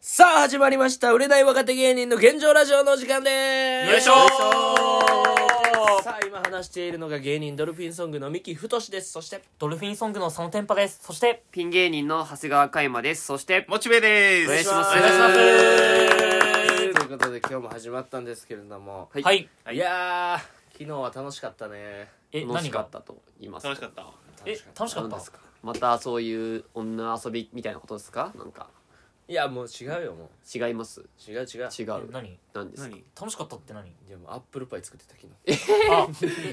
さあ、始まりました。売れない若手芸人の現状ラジオのお時間です。よいしょーさあ、今話しているのが芸人ドルフィンソングの三木太志です。そして、ドルフィンソングの佐野天パです。そして、ピン芸人の長谷川海馬です。そして、モチベです。お願いします。お願いしますはということで、今日も始まったんですけれども。い。はい。い、やー、昨日は楽しかったね。え、楽し何かがったと言います。楽しかったえ、楽しかっ何たですかまたそういう女遊びみたいなことですかなんか、いや、もう違うよ、も違いますう。違う違う。違えう。何何ですか何楽しかったって何でも、アップルパイ作ってた昨あ、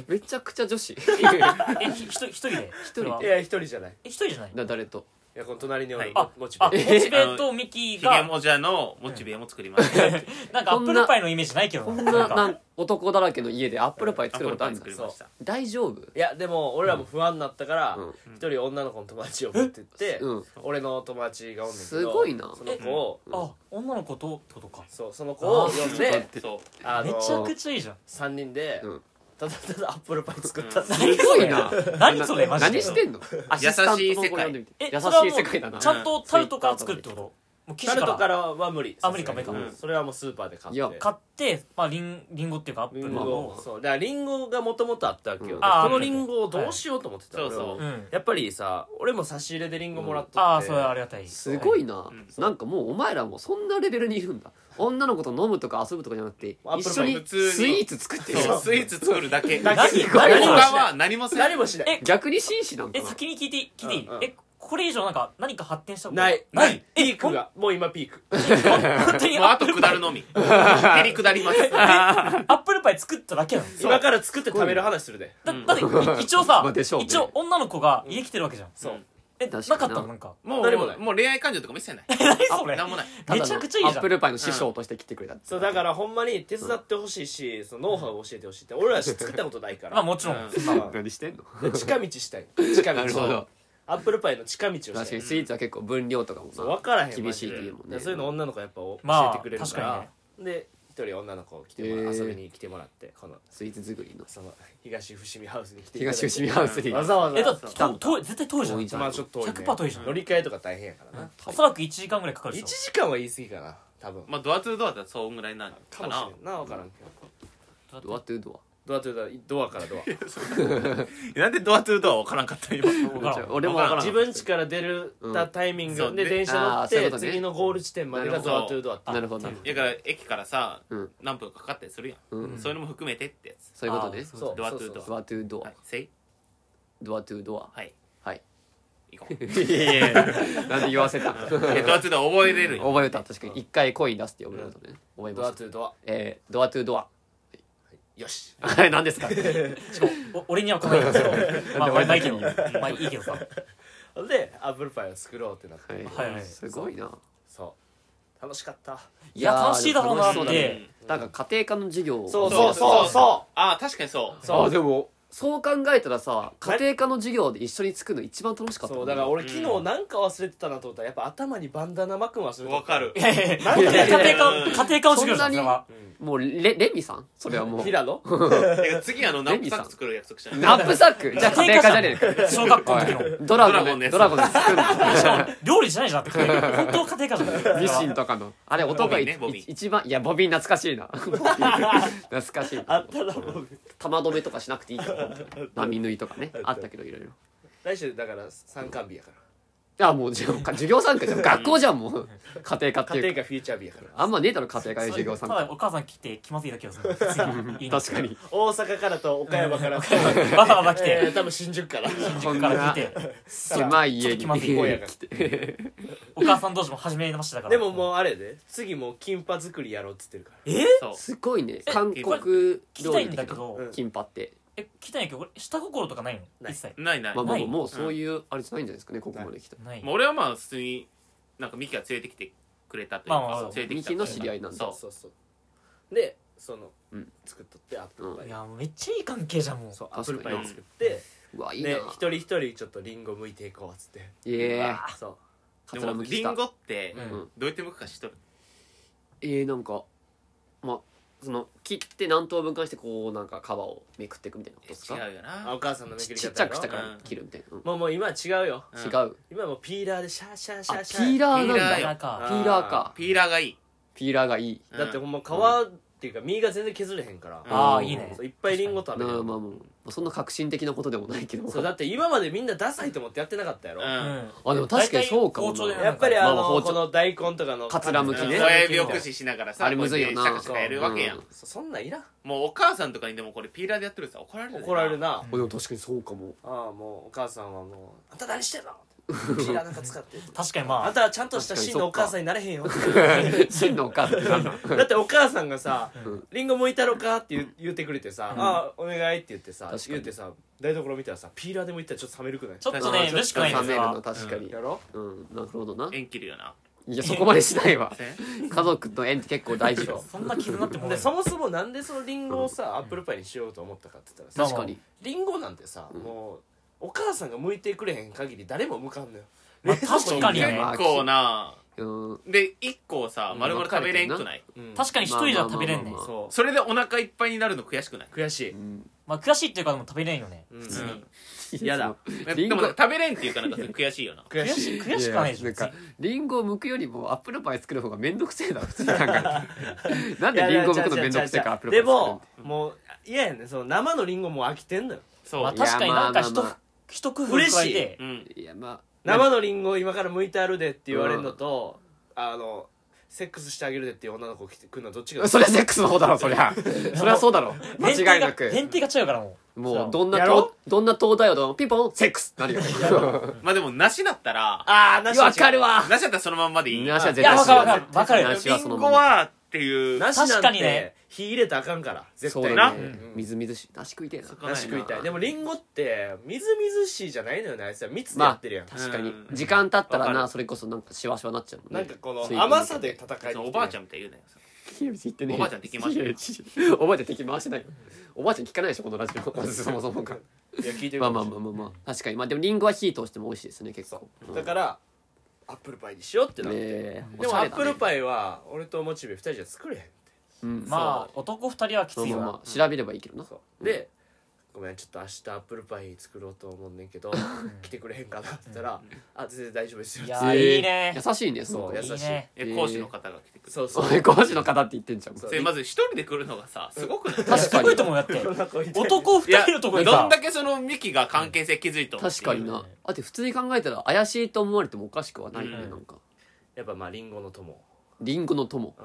めちゃくちゃ女子。え、ひひと一人で一人で日。いや、一人じゃない。え、一人じゃないな 誰といや、この隣におる、はいもちろあ、んモ。チベとミキヒゲが、もじゃのモチベも作りました なんかアップルパイのイメージないけどこんななんかなん男だらけの家でアップルパイ作ることあるんアップでルすパイ作りました大丈夫いやでも俺らも不安になったからうん一、人女の子の友達を持ってって、うん俺の友達がおんねんけどすごいなその子をあ、女の子とってことか。そうその子を呼んでそうあめのちゃくちゃいいじゃん。 3人で、うんただただアップルパイ作ったってすいうごいな何それマジで何してんのアシスタントの子呼んでみてえ、優それはしもい世界だなうちゃんとタルトから作るってこともう生タ地ルトかかららは無理あ無理かさすがに無理かうんそれはもうスーパーで買っいやて買って、まあ、リン、リンゴっていうかアップリルンまあまあまのゴ。そうだからリンゴがもともとあったわけよ、うでんあーこのリンゴをどうしようと思ってた、はい俺はそうそううん。やっぱりさ俺も差し入れでリンゴもらっとって、ああ、それはありがたい。すごいな。な、うんなんかもうお前らもそんなレベルにいるんだ女の子と飲むとか遊ぶとかじゃなくてアップ一ル緒パイにスイーツ作ってるそうスイーツ作るだけ何他何も何何しないは何もせん何もしないえ逆に紳士なんかえな先に聞いて聞いていい、うんうんえこれ以上なんか何か発展したことない ないピークがもう今ピーク本当にアップルもうあと下パイるのみ減り下りますアップルパイ作っただけなのだ今から作って食べる話するでだって一応さ、まあでしょうね一応女の子が家来てるわけじゃん、そうえな確かかっにたなのなんかもう何もないもう恋愛感情とか見せない何それ何もないただのめちゃくちゃいいじゃんアップルパイの師匠として来てくれたってそうだからほんまに手伝ってほしいし、そのノウハウを教えてほしいって俺ら作ったことないかまあらもちろん、うんそんなの何してんので近道したい近道なるほどアップルパイの近道をした確かいにスイーツは結構分量とかもそうな分からへん厳しいってマジで言うもんでねそういうの女の子やっぱ教まあえてくれるから、確かで一人女の子来てもらへー遊びに来てもらってこのスイーツ作りのその東伏見ハウスに来ていただいて東伏見ハウスにわざわざえだってそうと遠い絶対遠いじゃん遠いじゃんまあちょっと遠い、ね、 100%遠いじゃん乗り換えとか大変やからな、おそらく1時間ぐらいかかる一で1し時間は言い過ぎかな多分まあドアツードアだとそんぐらいなのかかもしなれんな分からんけどょドアトゥドドアとドアからドアなんでドアツードアわからんかった今分アからん俺も分からん自分家から出るたタイミングうんでそう電車乗あっーそういうてことね次のゴール地点までがドアトゥドアってなるほどいやだから駅からさうん何分かかったりするやうんんそういうのも含めてってやつそういうことねあそうドアトゥドアドアトゥドはアいせいドアトゥドアはいはい行 こういやいやいやなんで言わせたえドアツードア覚えれるよ覚えた確かに一回コイン出すって呼ぶことね覚えドまアしたトゥドアえードアトゥドア よしはい何ですかお俺には来ないけどまあ俺な俺だいけけどにまあいいけどさでアップルパイを作ろうってなってはいはいすごいなそう楽しかったいやー楽しいだろうなって楽しそえねなんか家庭科の授業そうそうそうそそうああ確かにそうそうあでもそう考えたらさ家庭科の授業で一緒に作るの一番楽しかったそうだから俺昨う日んなんか忘れてたなと思ったらやっぱ頭にバンダナ巻くん忘れてたわかるへへなんか家庭科うん家庭科を授業じゃんそそんなにれはもうレレミさんそれはもう 平野てか次あのナップサック作る約束したねナップサックじゃあ家庭科じゃねえか小学校の時のおいドラゴンでドドララゴゴンで作る料理じゃないじゃんだって本当家庭科じゃん ミシンとかのあれ男がいボビンねボビン一番いやボビン懐かしいな懐かしいあったなもう玉止めとかしなくていいから本当に波縫いとかねあったけどいろいろ来週だから参観日やかいやもうじゃあ授業参加じゃん学校じゃんもう家庭科ってら家いう庭か科フィーチャー日やからあんまねえだろ家庭科で授業参ただ加お母さん来て気まずいだけよそ の次の家確かに大阪からと岡山からわざわざ来えーて多分新宿からこんからな来て狭い家ちにょっと気まずい親が来てお母さん同士も初めましてだからでももうあれやで次もう金髪作りやろうっつってるからえそう すごいね韓これ国聞き料たい理ん的だけなど、うんキンパってえ聞きたいんだけど俺下心とかないのない一切ないない、まあまあないもうそういうあれじゃないんじゃないですかねここまで来たないまあ俺はまあ普通になんかミキが連れてきてくれたというか、まあまあまあ連れてきミたキというかの知り合いなんだそうそうそうでその、うん作っとってアップルパイ、いやもうめっちゃいい関係じゃんもうそうアップル確パかイにを作ってうわいいなで一人一人ちょっとリンゴ剥いていこうっつってええそうカでツラもむきしリたンゴってうんどうやって剥くか知っとる、えー、なんかまその切って何等分かにしてこうなんか皮をめくっていくみたいなことですか違うよあなお母さんのめくちりち方っちゃくしたかやろら切るみたいな、うんもうもう今は違うよう違んう今はもうピーラーでシャーシャーシャあーピシャーーラーなんピーラーよだあかピーラーかピーラーがいいピーラーがいいだってうほんんま皮っていうか身が全然削れへんから、うんああいいねそういっぱいリンゴ食べなてあるまあもうそんな革新的なことでもないけどそうだって今までみんなダサいと思ってやってなかったやろ、うんあでも確かにそうかもな大体包丁でやっぱりあの、まあ包丁この大根とかのかつらむきうんね親指を駆使しながらさあれむずいよなこうやってシャカシャカやるわけやん、うんそそんなんいらんもうお母さんとかにでもこれピーラーでやってるさ怒られるで怒られるな、あでも確かにそうか もああもうお母さんはもう「あんた何してんの?」 ピーラーなんか使って確かにあまんたはちゃんとした真のお母さんになれへんよ真のお母さんってなんだだってお母さんがさうん「リンゴむいたろか?」って言う言ってくれてさ「うんああお願い」って言ってさ確かに言ってさ台所見たらさピーラーでもいったらちょっと冷めるくないちょっとね嬉しくない冷んですめるのよ確かにやろうんなるほどな縁切るよないやそこまでしないわせん家族と縁って結構大事よそんな絆ってもでそもそもなんでそのリンゴをさアップルパイにしようと思ったかって言ったら確さかにリンゴなんてさもうお母さんが剥いてくれへん限り誰も剥かんのよまあ確かにね結構なうんで1個をさ丸々食べれんくないうん確かに一人じゃ食べれんねまあまあまあまあそそれでお腹いっぱいになるの悔しくない、う悔しうんまあ悔しいっていうかでも食べれんよねうん普通にいやだでもなんか食べれんっていうかなんかそれ悔しいよな悔悔しいしい悔しくはないでしやょんかリンゴを剥くよりもアップルパイ作る方が面倒くせえだろ普通に考えたらなんでリンゴを剥くの面倒くせえからアップルパイで作るのももう嫌やねんその生のリンゴもう飽きてんのよそう、まあ確かになんかいやまあまあまあ一一工夫加えてうんいやまあ生のリンゴ今から剥いてあるでって言われるのと、あのセックスしてあげるでっていう女の子来てくるのはどっちがそりゃセックスの方だろそりゃそりゃそうだろ間前提違がいなく前提が違うからももうどんなやとろどんな東大王でもピンポンセックスなるよまあでも梨だったらああなしは違うわかるわ梨だったらそのまんまでいい梨は絶いや対わしかるわなかいるわかるなしはリそンのゴままはっていうなしなんて確かにね火入れたらあかんから絶そう対だな、ねみずみずしい梨食いてえなそこなし食いたないいでもリンゴってみずみずしいじゃないのよねあいつは蜜でやってるやん、あ確かにうん時間経ったらわかなるそれこそなんかシワシワなっちゃうもんねなんかこ水の分甘さで戦いに来てそるうおばあちゃんみたいに言うなよおおばあちゃん敵回してるおばあちゃん敵回してないよおばあちゃん聞かないでしょこのラジオまず そもそもがいや聞いてる まかあまもしれあまあまあまあ確かにまあでもリンゴは火通しても美味しいですね結構ないだからアップルパイにしようってなって、えーでおしもゃアれッだプねルパイは俺とモチベ2人じゃ作れへんうんうまあ男二人はきそつういまあわまあ調べればいいけどなそうで、ごめんちょっと明日アップルパイ作ろうと思うねんけど来てくれへんかなって言ったら「あ全然大丈夫ですよ」いっやてーえーいいね優しいねそそうう優優ししいいえ講師の方が来てくるそうそうおい講師の方って言ってんじゃんそうそれまず一人で来るのがさすごくない確かすごいにと思うよだってそんな子いて男い二や人のとこにどさんだけそのミキが関係性築いとんっていう確かになあって普通に考えたら怪しいと思われてもおかしくはないよねうんなんかやっぱまあリンゴの友、リンゴの友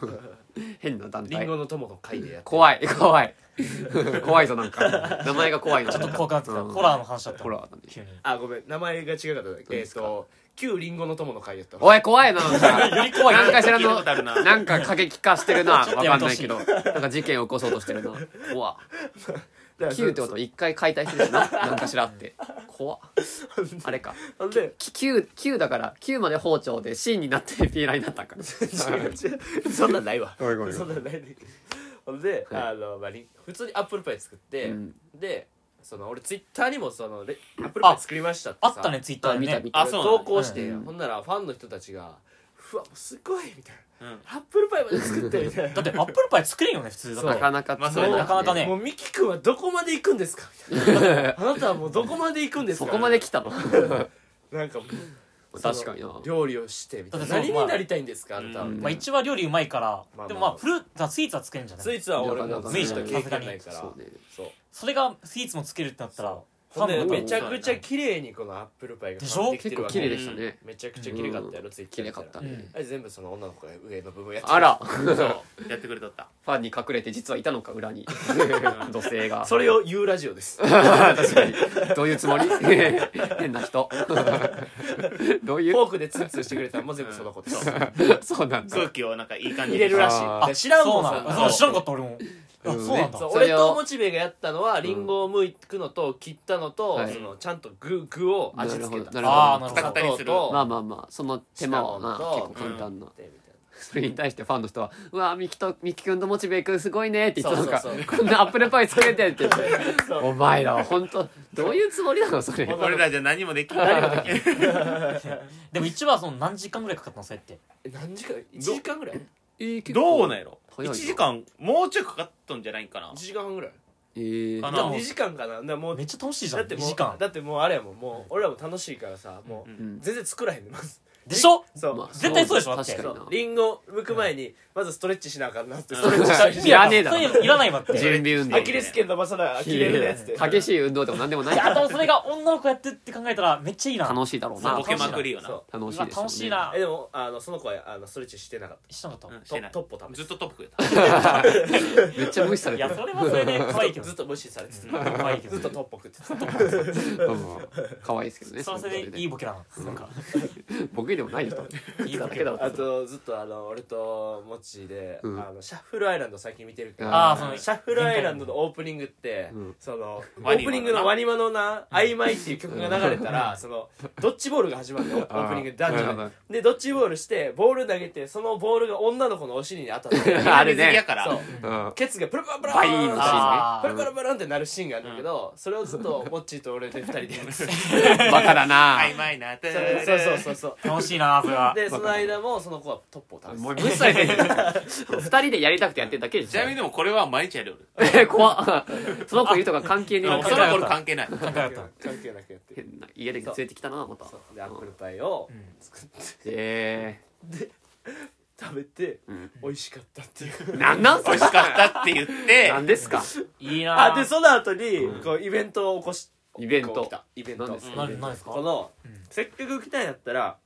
うん、 変な団リン体ゴの友の会でやって怖いい怖い 怖いぞなんか名前が怖いなちょっと怖くなってきたうんホラーの話だったホラーだね急にあごめん名前が違かったえでっ、すかと旧リンゴの友の会やったおい怖いななんかより怖いなんかしら聞いたのことあるななんか過激化してるなわちょっとやかめんてなほいしいけどなんか事件起こそうとしてるな怖っだからキューってことは一回解体してるしななんかしらって怖っあれかほんできキューキューだからキューまで包丁でシーンになってピーラーになったんか違う違うそんなんないわごめんごめんそんなんないねほんで、はいあの、まあ、リン普通にアップルパイ作って、うんでその俺ツイッターにもそのレアップルパイ作りましたってあさったねツイッタあーで見たね見たあそうなんだ投稿して、うんほんならファンの人たちが「うわもうすごい!」みたいな、うんアップルパイまで作ってみたい だなってアップルパイ作れんよね普通だそとうなかなかまあ作れいなかなかねもうミキ君はどこまで行くんですかみたいなあなたはもうどこまで行くんですそかこまで来 たのなんかもう確かになその料理をしてみたいなだって何そうまあになりたいんですかあなたはうんみまたあいな一番料理うまいからまあでもまあフルーツスイーツは作れんじゃなスイいーツは俺もずっと経験ないからそうねそうそれがスイーツも作れるってなったらフほんァでンもめちゃくちゃ綺麗にこのアップルパイがでしょできて結る構わ綺け麗でしたねめちゃくちゃ綺麗かったやろツイッタ綺ー麗見かったらねあれ全部その女の子が上の部分やってるあらそうやってくれとったファンに隠れて実はいたのか裏に 女性がそれを言うラジオです確かにどういうつもり 変な人 どういフォうークでツンツンしてくれたのも全部その子ですそうなんだ空気をなんかいい感入じにれるらしいあで知らんそもうんなさんだそう知らんかった俺もあうんそうなんだそうそれ俺をとモチベがやったのはリンゴをむくのと切ったのと、はいそのちゃんと具具を味付けたなるほどなるほどああなるほ使どったりする砂糖とまあまあまあその手間はな下の結と構簡単な、でみたいなそれに対してファンの人は「うわミキとミキ君とモチベイ君すごいね」って言ったのがそうそうこんなアップルパイ作れて」って言ってそうお前らは本当どういうつもりなのそれほど俺らじゃ何もできない何ができるでも一番その何時間ぐらいかかったのそれってえ何時間1時間ぐらいえー、結構どうなんやろ早いな1時間もうちょいかかったんじゃないかな1時間半ぐらいえー、だかな2時間かなだからもうめっちゃ楽しいじゃだんって2も時う間だってもうあれやもんもう俺らも楽しいからさもううんうん全然作らへんでまずでしょそう、まあ絶対そうでしょだって確そかうにリンゴ剥く前にまずストレッチしなあかんなってうんストレッチ意味はねえだろそれいらないわっ てな準備運動アキレス腱伸ばさなあきれるやつって激しい運動でも何でもないいかやでらもそれが女の子やってって考えたらめっちゃいいな楽しいだろうそうなボケまくりよなそ楽しまあいですよね楽しいなうえでもあのその子はあのストレッチしてなかっしたのとうんたしてないトトッポ食べずてっとトップやっためっちゃ無視されいてやるそれはそれで可愛いけどずっと無視されてうんた可愛いけどずっとトッポ食ってたうんうん可愛いですけどねそれはそれでいいねボケだななんか僕でもないよといいボだケけだだろあとずっとあの俺とモッチーで、うんあのシャッフルアイランド最近見てるけどあーシそのャッフルアイランドのオープニングって、うんそのオワニーマのなプニングのワニマのな「曖昧」っていう曲が流れたら、そのドッジボールが始まるのオープニングで男なる女ほでど。でドッジボールしてボール投げてそのボールが女の子のお尻に当たってあれね水着やからそううんケツがプルプルプルバイーンのシあープンルねプルプルンってなるシーンがあるんだけど、それをずっとモッチーと俺で二人でやってたうんバカだな曖昧なそそううそうそうそう楽しいなそれはでその間もその子はトップを食べてもたう無視されてる 二人でやりたくてやってるだけでち しょなみにでもこれは毎日やるよえ怖っその子いるとか関係ねえ俺のそれは俺関係ない考え関だっ係たなくの関係なくやってる変な家で連れてきたなまたそうでアップルパイをうん作ってえ食べてえうん美味しかったっていうなんなん美それ味しかったって言ってなんですかいいなあでその後にうんこうイベントを起こしイベントこう起きたイベン何トですか何何ですかこのうんせっかく来たんやったら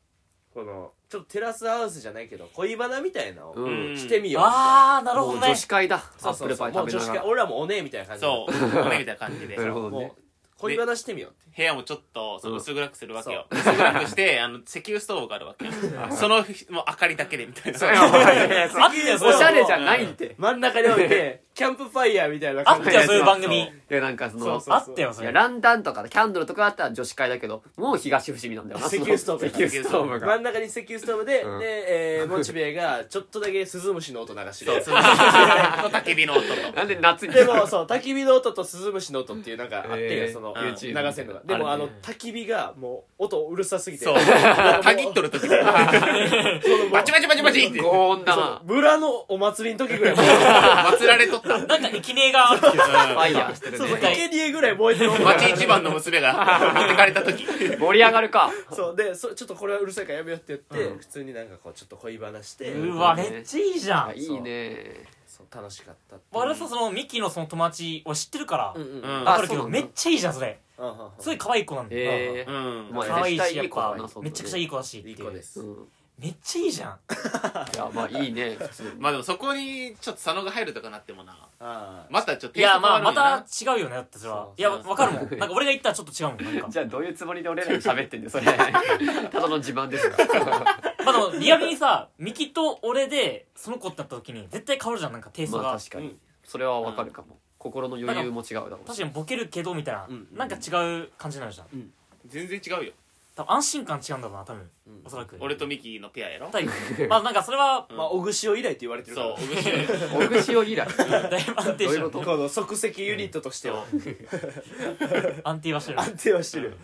このちょっとテラスハウスじゃないけど恋バナみたいなのをうんしてみようみたいなああなるほもどうね女子会だアそうップそうルそパうイもう食女べ子会ながら俺らもおねえみたいな感じそう俺みたいな感じでなるほどねもう恋バナしてみようって部屋もちょっとその薄暗くするわけよ、薄暗くしてあの石油ストーブがあるわけよその日もう明かりだけでみたいなあってよそ おれしゃれじゃゃないって真ん中に置いてキャンプファイヤーみたいなあっ感じたでよそういう番組いやなんかそそうのそうあったよそいやれランタンとかキャンドルとかあったら女子会だけどもう東伏見なんだよな石油ストーブ石油ストーブ真がん中に石油ストーブで、うんで、えー、モチベがちょっとだけスズムシの音流してそうるそう焚き火の音となんで夏にでもそう焚き火の音とスズムシの音っていうなんかあってよ、えーそのうん流せんのがでもあ,、あるのね焚き火がもう音うるさすぎて そうたぎっとる時でバチバチバチバチって高温だな村のお祭りの時ぐらい祭られとったなんか生贄があるっていう ファイヤーしてるそう ねそう絶対生贄ぐらい燃えてる音が町一番の娘が持ってかれた時盛り上がるかそうでそちょっとこれはうるさいからやめようって言って、うん普通になんかこうちょっと恋バナして、うわめっちゃいいじゃんいいねそう楽しかったっていう俺はさそのミキのその友達を知ってるからうんうんうんうんわかるけあそどうなんめだっちゃいいじゃんそれうんうんうんすごい可愛い子なんだよえうえんまあ可愛いし絶対やいっい子だぱなそんなねめちゃくちゃいい子だしっていいい子でうす、うんめっちゃいいじゃんいやまあいいね普通にまあでもそこにちょっと佐野が入るとかなってもなああまたちょっといやまあまたた違うよねだってそれはそういやわかるも んなんか俺が言ったらちょっと違うもんなんかじゃあどういうつもりで俺らに喋ってんだよそれ ただの自慢です かまあでもリアルにさミキと俺でその子ってなった時に絶対変わるじゃんなんかテイストまあが確かにそれはわかるかも心の余裕も違うだろう確しかにボケるけどみたいなうんなんか違う感じになるじゃん全然違うよ多分安心感違うんだろうな多分うんおそらく俺とミキのペアやろ 多分まあなんかそれはまあ小串を以来って言われてるからそう小串おぐしを以だ来いぶ安定してどういうるここの即席ユニットとしては安定はして る安定はしてる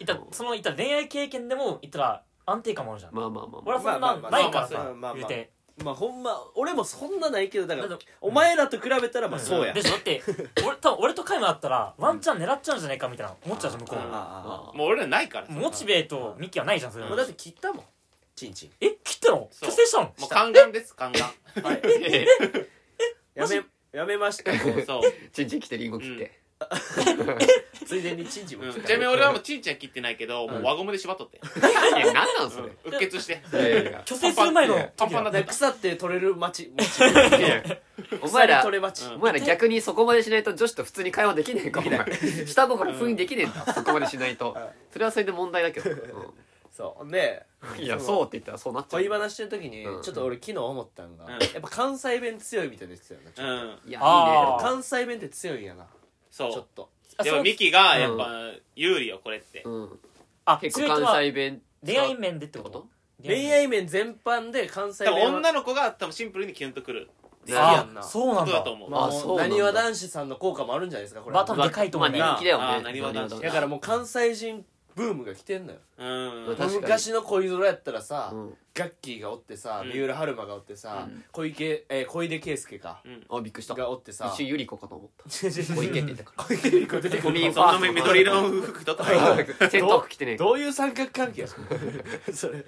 いったそのいった恋愛経験でもいったら安定感もあるじゃんまあまあまあま俺はそんなんなまあいからまあさまあまあまあまあ言うてまあほんま俺もそんなないけどだかだらってお前らと比べたらまあんそうやでしょだって俺多分俺とカイムだったらワンチャン狙っちゃうんじゃないかみたいな思っちゃうじゃん向こああうあああもう俺らないからさもモチベーとミキはないじゃんそれもうだって切ったもんチンチンえ切ったのそう虚勢したのもう宦官です宦官えやめやめました もう そうちんちん来てリンゴ切ってついでにチンチンも う切んっちなたみに俺はもうちんちゃん切ってないけど、もう輪ゴムで縛っとって。いや何なんそれうっ血して。いやいやいや虚勢する前のパンパン時になっはてでた。腐って取れる町もちいやお腐前りら取れ町うんお前ら逆にそこまでしないと女子と普通に会話できねえかお前 下心封印できねえんだそこまでしないとうんそれはそれで問題だけ どそうでうんいやそうって言ったらそうなっちゃう恋話してる時にうんちょっと俺昨日思ったんがうんやっぱ関西弁強いみたいな言ってたよなちょっうん。いやとあー関西弁って強いんやなちょっそとあう。でそものミキがやっぱ有利よ、これっていい。ねうんあ結強い構と関は西弁恋愛面でってこと恋愛面全般で関西多弁分は女の子が多分シンプルにキュンとくる好きやあんなそうなこんとだだと思う。まああそうなんだなにわ男子さんの効果もあるんじゃないですかこれまあ多分でかいと思うねまあ人気だよあねーなにわ男子なにわだからもう関西人ブームが来てんのよう確んかに昔の恋空やったらさ、うんガッキーがおってさうん三浦春馬がおってさ、うん小池えー小出圭介か、うんあびっくりしたがおってさ一瞬ゆり子かと思った小小池って言ったか小池百合子出てくトミるのーフそァんな緑色の服だったらら戦闘服着てねえかどういう三角関係やそれそれ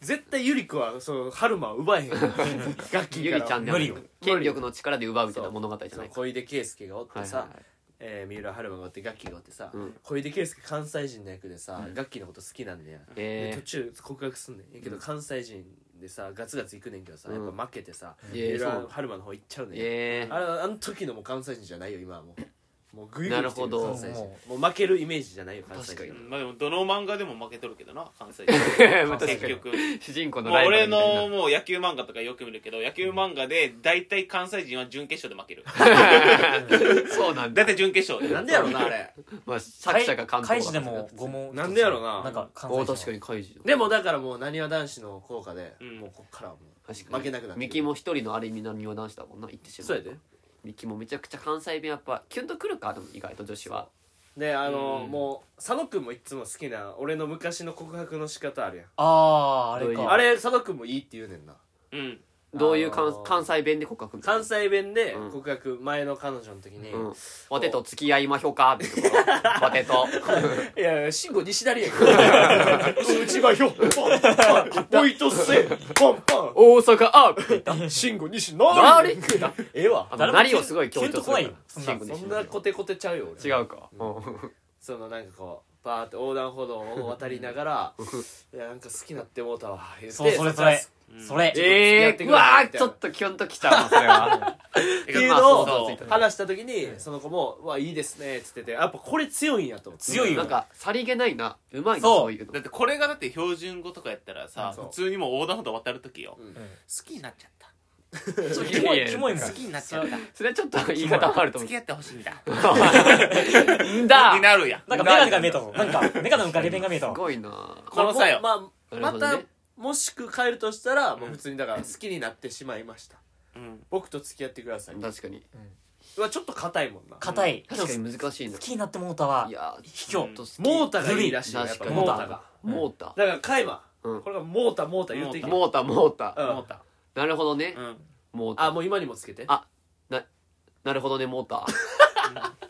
絶対ゆり子はその春馬は奪えへんガッキーゆからりちゃんでは無理よ権力の力で奪うみたいな物語じゃそなのいか小出圭介がおってはいさ、はいはいえー三浦春馬がおってガッキーがおってさ、うん小出圭介関西人の役でさ、ガッキーのこと好きなんねや、で途え中告白すんねんやけど関西人でさガツガツいくねんけどさ、うんやっぱ負けてさえ三ええそうな浦の春馬の方行っちゃうねんや、えあれあの時のもう関西人じゃないよ今はもうもうグイグイ来てなるほど関西人もう負けるイメージじゃないよ関西人確かにまあでもどの漫画でも負けとるけどな関西でえまあ確結かに局主人公ものうライバル俺みたいのなもう野球漫画とかよく見るけど野球漫画で大体関西人は準決勝で負けるそうなんだ大体準決勝でなんでやろうなあれまあ作者が関東カイジでも5問なんでやろななんか関西お確かにカイジでもだからもうなにわ男子の効果で、うんもうこっからはもう確か負にけなくなってるミキも一人のある意味なにわ男子だもんな言ってしまそうやでミキもめちゃくちゃ関西弁やっぱキュンとくるかでも意外と女子はであの、うんもう佐野くんもいつも好きな俺の昔の告白の仕方あるやんあーあどうれいうかあれ佐野くんもいいって言うねんなうんどういあう関のー関西弁で告白関西弁でうん告白、前の彼女の時に、うんポテト付き合いまひょかってとこポテトいやいや慎吾西成やけど うちがひょっパンパンポイントせパンパ大阪アップン慎吾西あれ成ええわあの誰もキュン何をすごい強調するからキュンとこないよそんな慎吾そ西ん成なコテコテちゃうよ俺違うかそのなんかこうバーって横断歩道を渡りながら「いやなんか好きなってもうたわ」言ってそうそれそれそれやっえてくえれうみたわいなーちょっとキュンときちゃうなそれはってていうのまあそうをそうそう話した時にその子も「わいいですね」っつっててやっぱこれ強いんやと強いなよんかさりげないなうまいなそうそういうだのってこれがだって標準語とかやったらさそう普通にもう横断歩道渡る時ようん好きになっちゃったちょっといやキいモやいキモいもん好きになっちゃったそれはちょっと言い方悪いと思付き合ってほしいんだうんだになるやんなんかメガネが見えたぞなんかメガネのガレ弁が見えたすわごいなこの際よまあもうなまあるほまどねたもしく変えるとしたらもう普通にだから好きになってしまいましたうん僕と付き合ってください確かにはちょっと硬いもんな硬いけど確好かに難しいなきになってもうたわいや卑怯ちょっと好きモータがいいらしいよやっ確ぱかにモータがモータだからカイマうんこれがモータモータ言ってきてモータモータうん思ったなるほどねうんモータあもう今にもつけてあななるほどねモータ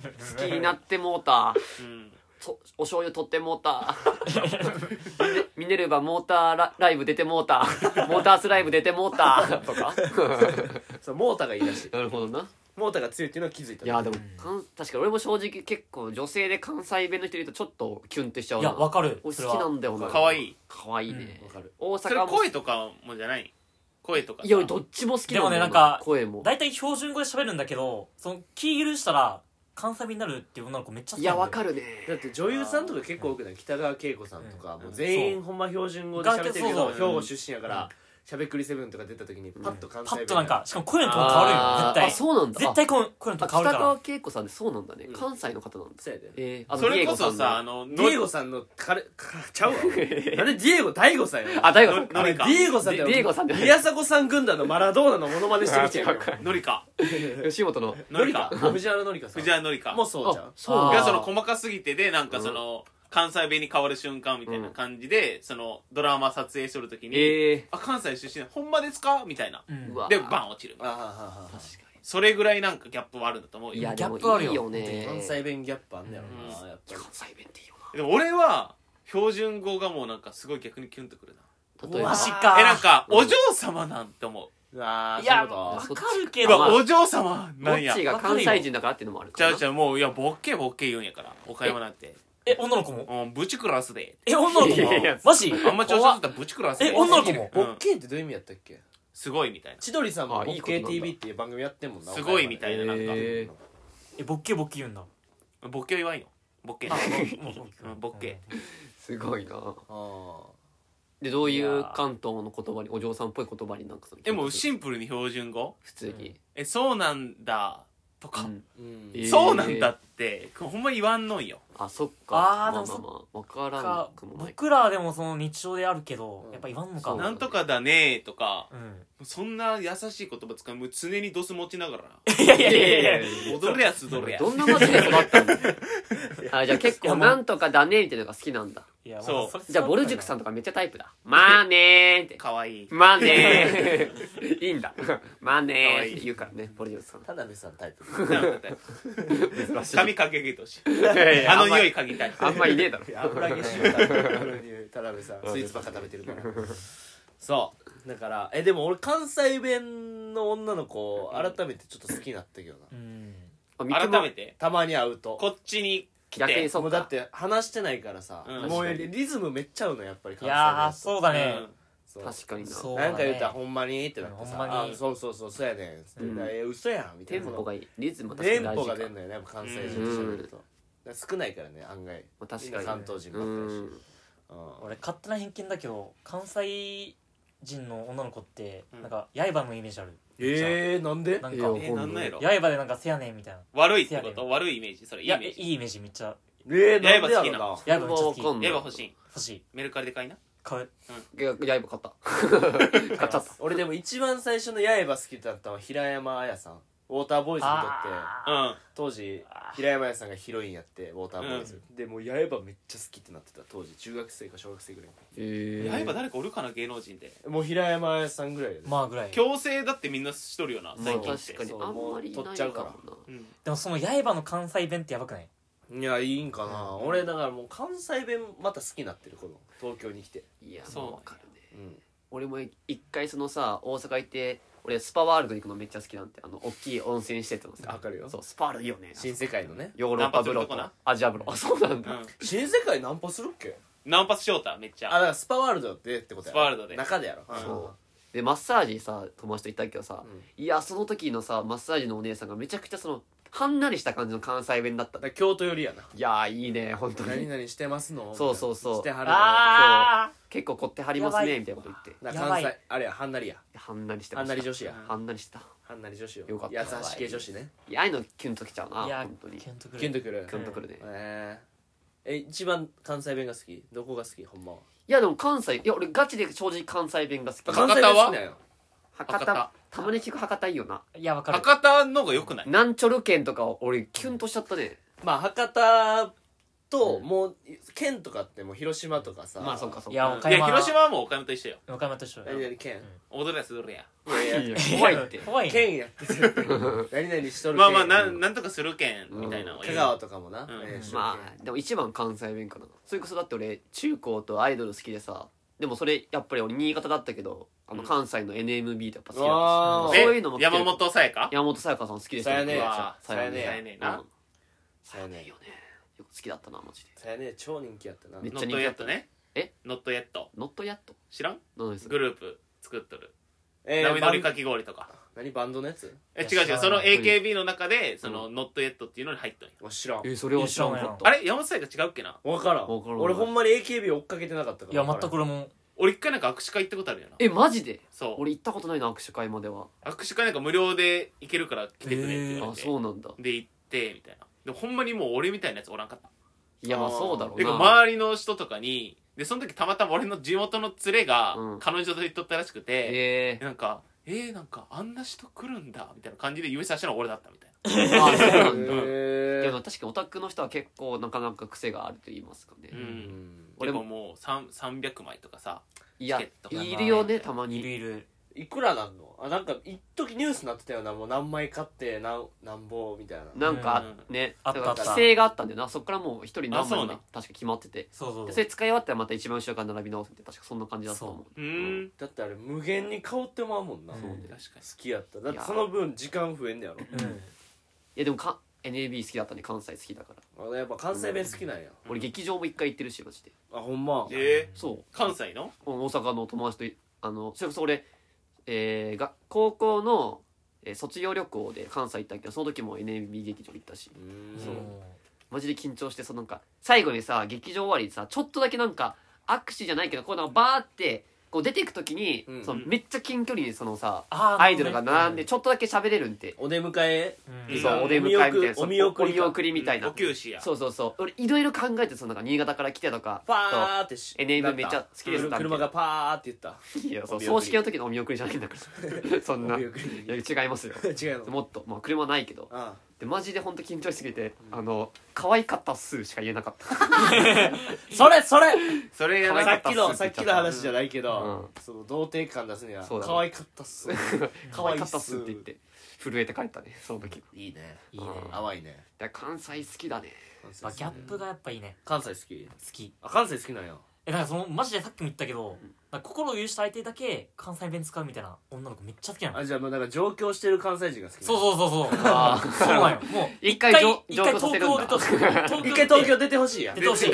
好きになってモータうんとお醤油取ってモータ ミネミネルヴァモーターラライブ出てモータ モータースライブ出てモータとかそうモータがいいらしい なるほどなモータが強いっていうのは気づいたいやでもかん確かに俺も正直結構女性で関西弁の人いるとちょっとキュンってしちゃういなやわかる俺そ好れきなはんだよな可愛い可愛いねうんわかる大それ阪も声とかもじゃない声とかさいや俺どっちも好きなんだよでもねなんか声も大体標準語で喋るんだけどその気許したら関西弁になるっていう女の子めっちゃ好いきなやんだよわかるねだって女優さんとか結構多くない北川景子さんとかうんもう全員ほんま標準語で喋ってるけうどん兵庫出身やから「しゃべくりセブン」とか出た時にパッと関パ西ッ弁となんかしかも声のトーン変わるよあー絶対あそうなんだ絶対この声のトーあン変北わるから川景子さんってそうなんだね、うん関西の方なんですそうやでえー、あのそれこディエゴそんさあのデののィエゴさんの彼 かち ゃうわなんでディエゴ大悟さんやあ大悟さんのあれディエゴさんってディディエゴさんって宮迫さん軍団のマラドーナのモノマネしてみてよノリカ吉本のノリノカリ藤原ノリカさん藤原ノリカもうそうじゃんそうなんだがその細かすぎてでなんかその、関西弁に変わる瞬間みたいな感じで、そのドラマ撮影しとる時に、えあ関西出身ほんまですかみたいな、うんー、うわでバン落ちるあははははそれぐらいなんかギャップはあるんだと思うよいやギでャもップあるいよいよね関西弁ギャップあんねやろなやっぱ関西弁っていいよでも俺は標準語がもうなんかすごい逆にキュンとくるな例えうばわマジかなえなんかお嬢様なんて思りああそいういやうこわとかるけう、まうあわどお嬢様モなんッやチーが関西人だからっていうのもあるちかゃらうちゃうもういやボッケボッケ言うんやから岡山なんてえ女の子もうんぶちクラスでえ女のい子やもいやマジあんま調子だったらぶちクラスでえ女の子もボッケーってどういう意味やったっけすごいみたいな千鳥さんもあボいッいことなケんだー TV っていう番組やってんもんなすごいみたいななんか、ええボッケボッケ言うんだボッケは言わんよボッケあうんボッケすごいなああでどういいうやー関東の言葉にお嬢さんっぽい言葉になんかそのでもシンプルに標準語普通に、えそうなんだとうか、んうえんー そうなんだってほんま言わんのんよあそっかあーまあでまあもまあ分からかんくもない僕らでもその日常であるけど、うんやっぱ言わんのそかう なんとかだねとかうんそんな優しい言葉使うもう常にドス持ちながらいやいやいやいや踊れやす踊れやどんな街で育ったんだあじゃあ結構なんとかだねみたいなのが好きなんだいやまそうあれじゃあボル塾さそんとかめっちゃタイプだまあねーってかわいいまあねーいいんだまあねーって言うからねボル塾さん田辺さんタイプなんか髪かけてほしいああの匂い嗅ぎたいあんまいねえだろ油揚げしようか田辺さんスイーツばっか食べてるからそうだからえでも俺関西弁の女の子を改めてちょっと好きになったけどなうなんだあ三改つもめてたまに会うとこっちに来逆にてそもううだっかて話してないからさ、うんもう確かにリズムめっちゃ合うのやっぱりうんいやーそうだね、そう確かになそうなんか言うたら「だねほんまに?」ってなってさ「ほんまあにそうそうそうそうやねん」って言ってうんえ嘘やん」みたテいンなポがいいリズムは確かテにン大ポ事がか出んのよねやっぱ関西人と喋ると、だから少ないからね案外まあ確みんなか関東人にうばっかりんだし、うん俺勝手な偏見だけど関西人の女の子ってうんなんか刃のイメージある、えー、なんでなんいかやえなんなんやろ刃でなんかせやねんみたいな悪いってこと悪いイメージそれいいいイやメえージいいイメージめっちゃえー、やなっんぱでや好きなろ刃めっちゃ好そきれはわかんないエヴァ欲しい欲しいメルカリで買いな買ういややいぶ買った買っちゃったな俺でも一番最初の刃好きだったのは平山綾さんウォーターボーイズにとってあうーん当時あー平山屋さんがヒロインやってウォーターボーイズ、でもう刃めっちゃ好きってなってた当時中学生か小学生ぐらいえ刃誰かおるかな芸能人でもう平山綾さんぐらいやでまあぐらい強制だってみんなしとるよなまあ最近って確かにあんまりいないかもなうんでもその刃の関西弁ってやばくないいやいいんかな、うん俺だからもう関西弁また好きになってるこの東京に来ていやそうもうわかるねうん俺も一回そのさ大阪行って俺スパワールド行くのめっちゃ好きなんてあの大きい温泉してってのさわかるよそうスパワールドいいよね新世界のねヨーロッパブロッナンパするとこなクアジアブロックあそうなんうだん新世界ナンパするっけナンパスショーターめっちあだゃからスパワールドでってことやろスパワールドで中でやろ、そうでマッサージさ友達と行ったけどさうんいやその時のさマッサージのお姉さんがめちゃくちゃそのはんなりした感じの関西弁だっただから京都寄りやないやーいいね本当何に々してますのそうそうそうしてはるのあ結構凝ってはりますやばねいみたいなこと言ってだから関やば西いあれやはんなりやはんなりしてはまんしなたり女子やはんなりしたはんなり女子よよかった優し系女子ねいやああいうのキュンときちゃうーないや本当にキュンとくるキュンとくるキュンとくるねえーえ一番関西弁が好きどこが好きほんまはいやでも関西いや俺ガチで正直関西弁が好き博関西西弁弁好き好きなんだよ博多多たまに聞く博多いいよないやわかる博多の方が良くない南チョル県とか俺キュンとしちゃったねまあ博多とうんもう県とかってもう広島とかさまあそうかそういかやうん岡いや山広島はもう岡山と一緒よ岡山と一緒だよ何々県踊れや踊れやいや怖いって怖いね県やって絶対 何々しとるまあまあなうんんなんとかするけんみたいなのがいい香川とかもなうんえーしとるまあでも一番関西弁かなそれこそだって俺中高とアイドル好きでさでもそれやっぱり俺新潟だったけどあの関西の NMB ってやっぱ好きだあそうーいうのもえ山本さやか山本さやかさん好きでしたさやねえ僕わはあさやねささややえねえななさやねよねよく好きだったなマジでさやね超人気やったなめっノちゃッ人ト気エだッったトねえノットエットノットヤット知らん何ですグループ作っとるえー波乗りバンかき氷とか何バンドのやつえいや違う知違うらんそのうん AKB の中でそのノットエットっていうのに入っとんよわ知らんえそれは知らんかっあたれ山本さやか違うっけな分からんわからん俺ほんまに AKB 追っかけてなかったからいや全く俺も俺一回なんか握手会行ったことあるよなえマジでそう俺行ったことないな握手会までは握手会なんか無料で行けるから来てくれって言わあれてそうなんだで行ってみたいなでほんまにもう俺みたいなやつおらんかったいやまあそうだろうてかな周りの人とかにでその時たまたま俺の地元の連れがうん彼女と行っとったらしくて、ええなんかえー、なんかあんな人来るんだみたいな感じで指さしたのが俺だったみたいなあそうなんだへでーも確かにオタクの人は結構なかなか癖があると言いますかね、うん俺俺もももうさん300枚とかさいやチケットがいるよねたまいるにいるいくらなんのあなんか一時ニュースになってたよなもう何枚買ってなんなんぼみたいななんかねあだったからあった規制があったんだよなそっからもう一人何あそ枚うまでなん確か決まっててそうそうでそれ使い終わったらまた一番後ろから並び直すって確かそんな感じだったと思ううーんだってあれ無限に買おうってまうもんな、うん好そうね確かにきやっただってその分時間増えんねやろうんいやでもか NAB 好きだったね関西好きだからあやっぱ関西弁好きなんや、俺劇場も一回行ってるしマジであほんまえー、そう関西の大阪の友達といあのそれこそ俺、えー、が高校の、えー卒業旅行で関西行ったけどその時も NMB 劇場行ったしうーんそうマジで緊張してそのなんか最後にさ劇場終わりにさちょっとだけなんか握手じゃないけどこうなんかバーってこう出ていく時に、うんそのめっちゃ近距離にそのさあーアイドルが並んでちょっとだけ喋れるんって、お出迎えうんそうお出迎えみたいなそうお見送りお見送りみたいな、お給仕やそうそうそう俺いろいろ考えてそのなんか新潟から来てとかパーってし NM めっちゃ好きですなんか車がパーって言ったそういやそうお見送り葬式の時のお見送りじゃないんだからそんなおい見や送りに違いますよ 違うのもっと、まあ、車ないけどあでマジで本当緊張しすぎて、あの可愛かったっすしか言えなか ったあそれそれそれが可な愛んさかっきのさっきの話じゃないけど、うその童貞感出すにはそうだね可愛かったっす 可愛かったっすって言って震えて帰ったねその時いいねいいね淡いねだから関西好きだねやっぱギャップがやっぱいいね関西好き好きあ関西好きなんやえだからそのマジでさっきも言ったけどなんか心を許した相手だけ関西弁使うみたいな女の子めっちゃ好きなのあじゃあもうなんか上京してる関西人が好きそううそうそうそう あそうなんよもう 一一回回上一上回京さ東せるん京出てほしい一回だ 東京出てほしいやん出てほしい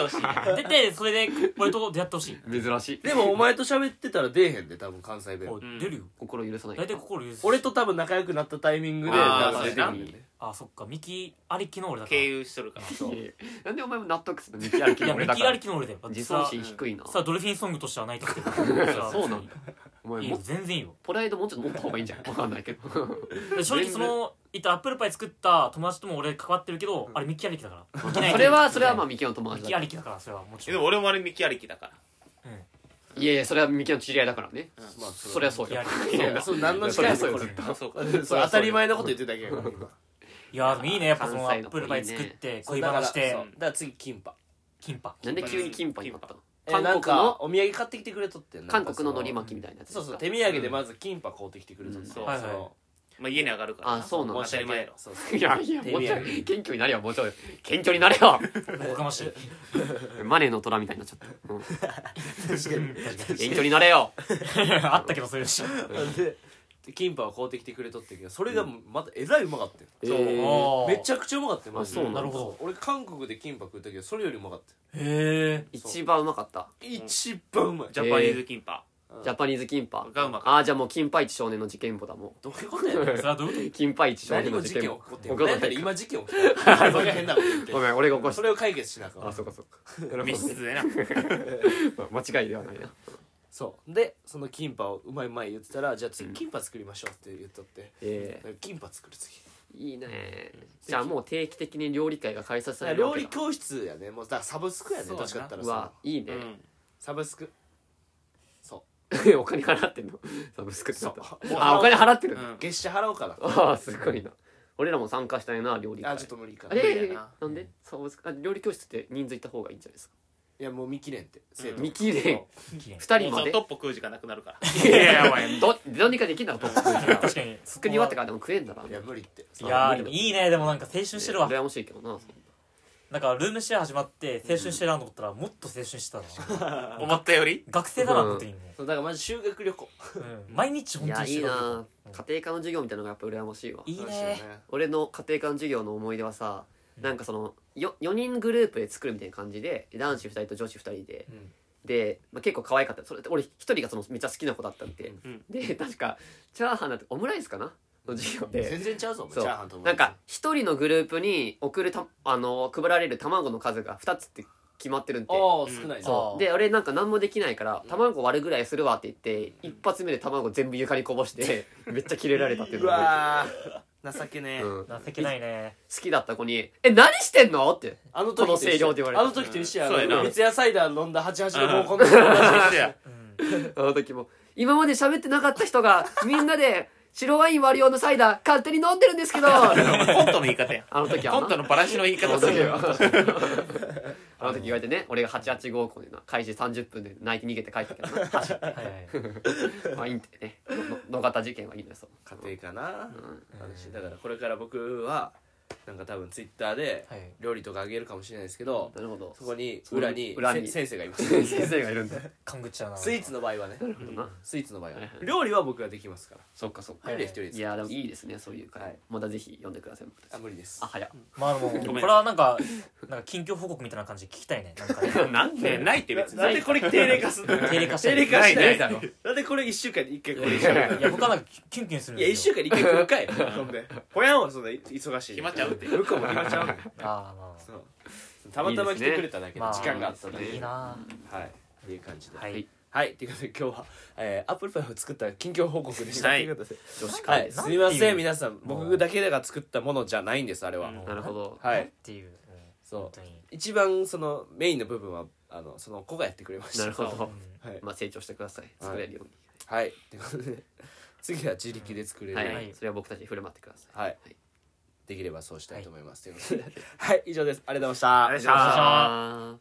出てそれで俺と出会ってほしい珍しいでもお前と喋ってたら出えへんで多分関西弁おん出るよ心許さない大体心許す俺と多分仲良くなったタイミングでなあーんか出てくるんだよねあそっかミキありきの俺だから経い由しとるからいやいやなんでお前も納得するの道歩きのや俺ミだキかあらりきの俺だよ自さ尊心低いなさあドルフィンソングとしてはないとしてるさあ そうなんだお前いいよも全然いいよプライドもうちょっと持った方がいいんじゃないわかんないけど正直その言ったアップルパイ作った友達とも俺関わってるけどあれミキありきだから それはそれはまあミキの友ミ達キあだりきだからそれはもちえでろんも俺もあれミキありきだからいやいやそれはミキの知り合いだからねまあそれはそそミうキよありきうそうそう何のそ力れやはねそうこよれ絶対あそうかそれ当たり前のこと言ってたけど今いやでもいいねやっぱそのア関西ッのプルパイ作っいいてそう恋バナしだてからそうだから次キンパキンパなんで急に金パになったのえ韓なん国かのお土産買ってきてくれとってんなん韓か国の海苔そ巻きみたいなやつですそかうそう手土産でまずキンパ買うてきてくれとってうんそうそはういはいまあ家に上がるからあそうなんだ当たり前やろそういやいやもうちょ手土い謙虚になれよもうちょい謙虚になれよおかましいマネーの虎みたいになっちゃった、うんそう謙虚になれよ あったけどそれしででキンパを買うてきてくれとってんけどそれがまたえらいうまかったよそうめちゃゃくちゃうまかったよマジであそうなんだなるほど俺韓国でキンパ食ったけどそれよりうまかったよへえ一番うまかった一番うまいジャパニーズキンパジャパニーズキンパがうまかああじゃあもうキンパイチ少年の事件簿だもどういうことやねん それはどういううキンパイチ少何年もの事事件起件こ簿ってんのごめ何んだって今事件起きたのそれが変なこと言ってごめん俺が起こしそたれを解決しなあかんあそうかそうか密室でな間違いではないなそうでそのキンパをうまいうまい言ってたらじゃあ次キンパ作りましょうって言っとって、えキンパ作る次えいいねじゃあもう定期的に料理会が開催される料わけ理だ教室やねもうだからサブスクやねそどうやなっちかって言うったらわさいいうね、んサブスクそ お金払ってんのサブスクってなったそうあお金払ってる、うんう月謝払おうかなああすごいな俺らも参加したいな料理会あちょっと無理かあなれい無理やななんでサブスクあ料理教室って人数いた方がいいんじゃないですかやもう見切れんって生徒見切れんきれ2人もうそまのでトッポ食う時間なくなるからいやいやお前 どどうにかできんだろトップ食いが確かに作り終わってからでも食えんだないや無理っていやーでもいいねでもなんか青春してるわ羨ましいけどななんかルームシェア始まって青春してるなと思ったらもっと青春してたな思ったより学生だなって時にねそうだからまず修学旅行うん毎日い本当やにいいしてたな家庭科の授業みたいなのがやっぱ羨ましいわいいそうでねすよね俺の家庭科の授業の思い出はさなんかそのよ4人グループで作るみたいな感じで男子2人と女子2人でうんで、まあ、結構可愛かったそれ俺1人がそのめっちゃ好きな子だったんで、うんで確かチャーハンだってオムライスかなの授業で全然ちゃうぞお前そうチャーハンと思なんか一人のグループに送るたあの配られる卵の数が2つって決まってるんでああ少ないそあーで俺なんか何もできないから卵割るぐらいするわって言って一発目で卵全部床にこ ぼしてめっちゃキレられたっていううのがわー情けねえうん好情けないねきだった子に「え何してんの?」ってあの時とこの声一量緒って言われてあの時と一緒やそうやなあの三ツ矢サイダー飲んだ88の合コン同じやうんあの時も今まで喋ってなかった人がみんなで白ワイン割り用のサイダー勝手に飲んでるんですけどあコントの言い方やの時はなコントのバラシの言いあ方のす時るよはあの時言われてね俺が88合コンでな開始30分で泣いて逃げて帰ったけどなはいは いまあいいんだよねの野方事件はいいんだよそう家庭かなうん私だからこれから僕はなんか多分ツイッターではい料理とかあげるかもしれないですけどなるほどそこに裏に裏にせ先生がいま す先生がいるんだよ勘ぐっちゃうなスイーツの場合はねなるほどなスイーツの場合ははいはい料理は僕ができますからそっかそっか料理は一人でいすやでもいいですねそういうはい会またぜひ読んでくださいあ無理ですあ早っまあでもごこめんれはなんかなんか近況報告みたいな感じで聞きたいねなんかねなんでないって別になんでこれ定例化すんの定例化して定例化しなていないだなろんでこれ1週間に1回これいやいや僕はなんかキュンキュンするんいや1です週よ間に1回来るかいほんでほやんはそんな忙しい決まっちゃうって向こうも決まっちゃ うああまそうたまたま来てくれただけでまあ時間があったんあいいでなはいっていう感じではいはいということで今日は、えー、アップルパイを作った近況報告でした、はいということで女子は会い、です、なんすてみいうません皆さんもう僕だけが作ったものじゃないんですあれは、うんなるほどはっいていう、うんそう本当に一番そのメインの部分はあのその子がやってくれましたなるほそど、うはい、まあ、成長してください作れるようにはい、ということで次は自力で作れるよはうい、に、はいそれは僕たちに振る舞ってくださいはいできればそうしたいと思います、ということではい以上ですありがとうございましたありがとうございましたあー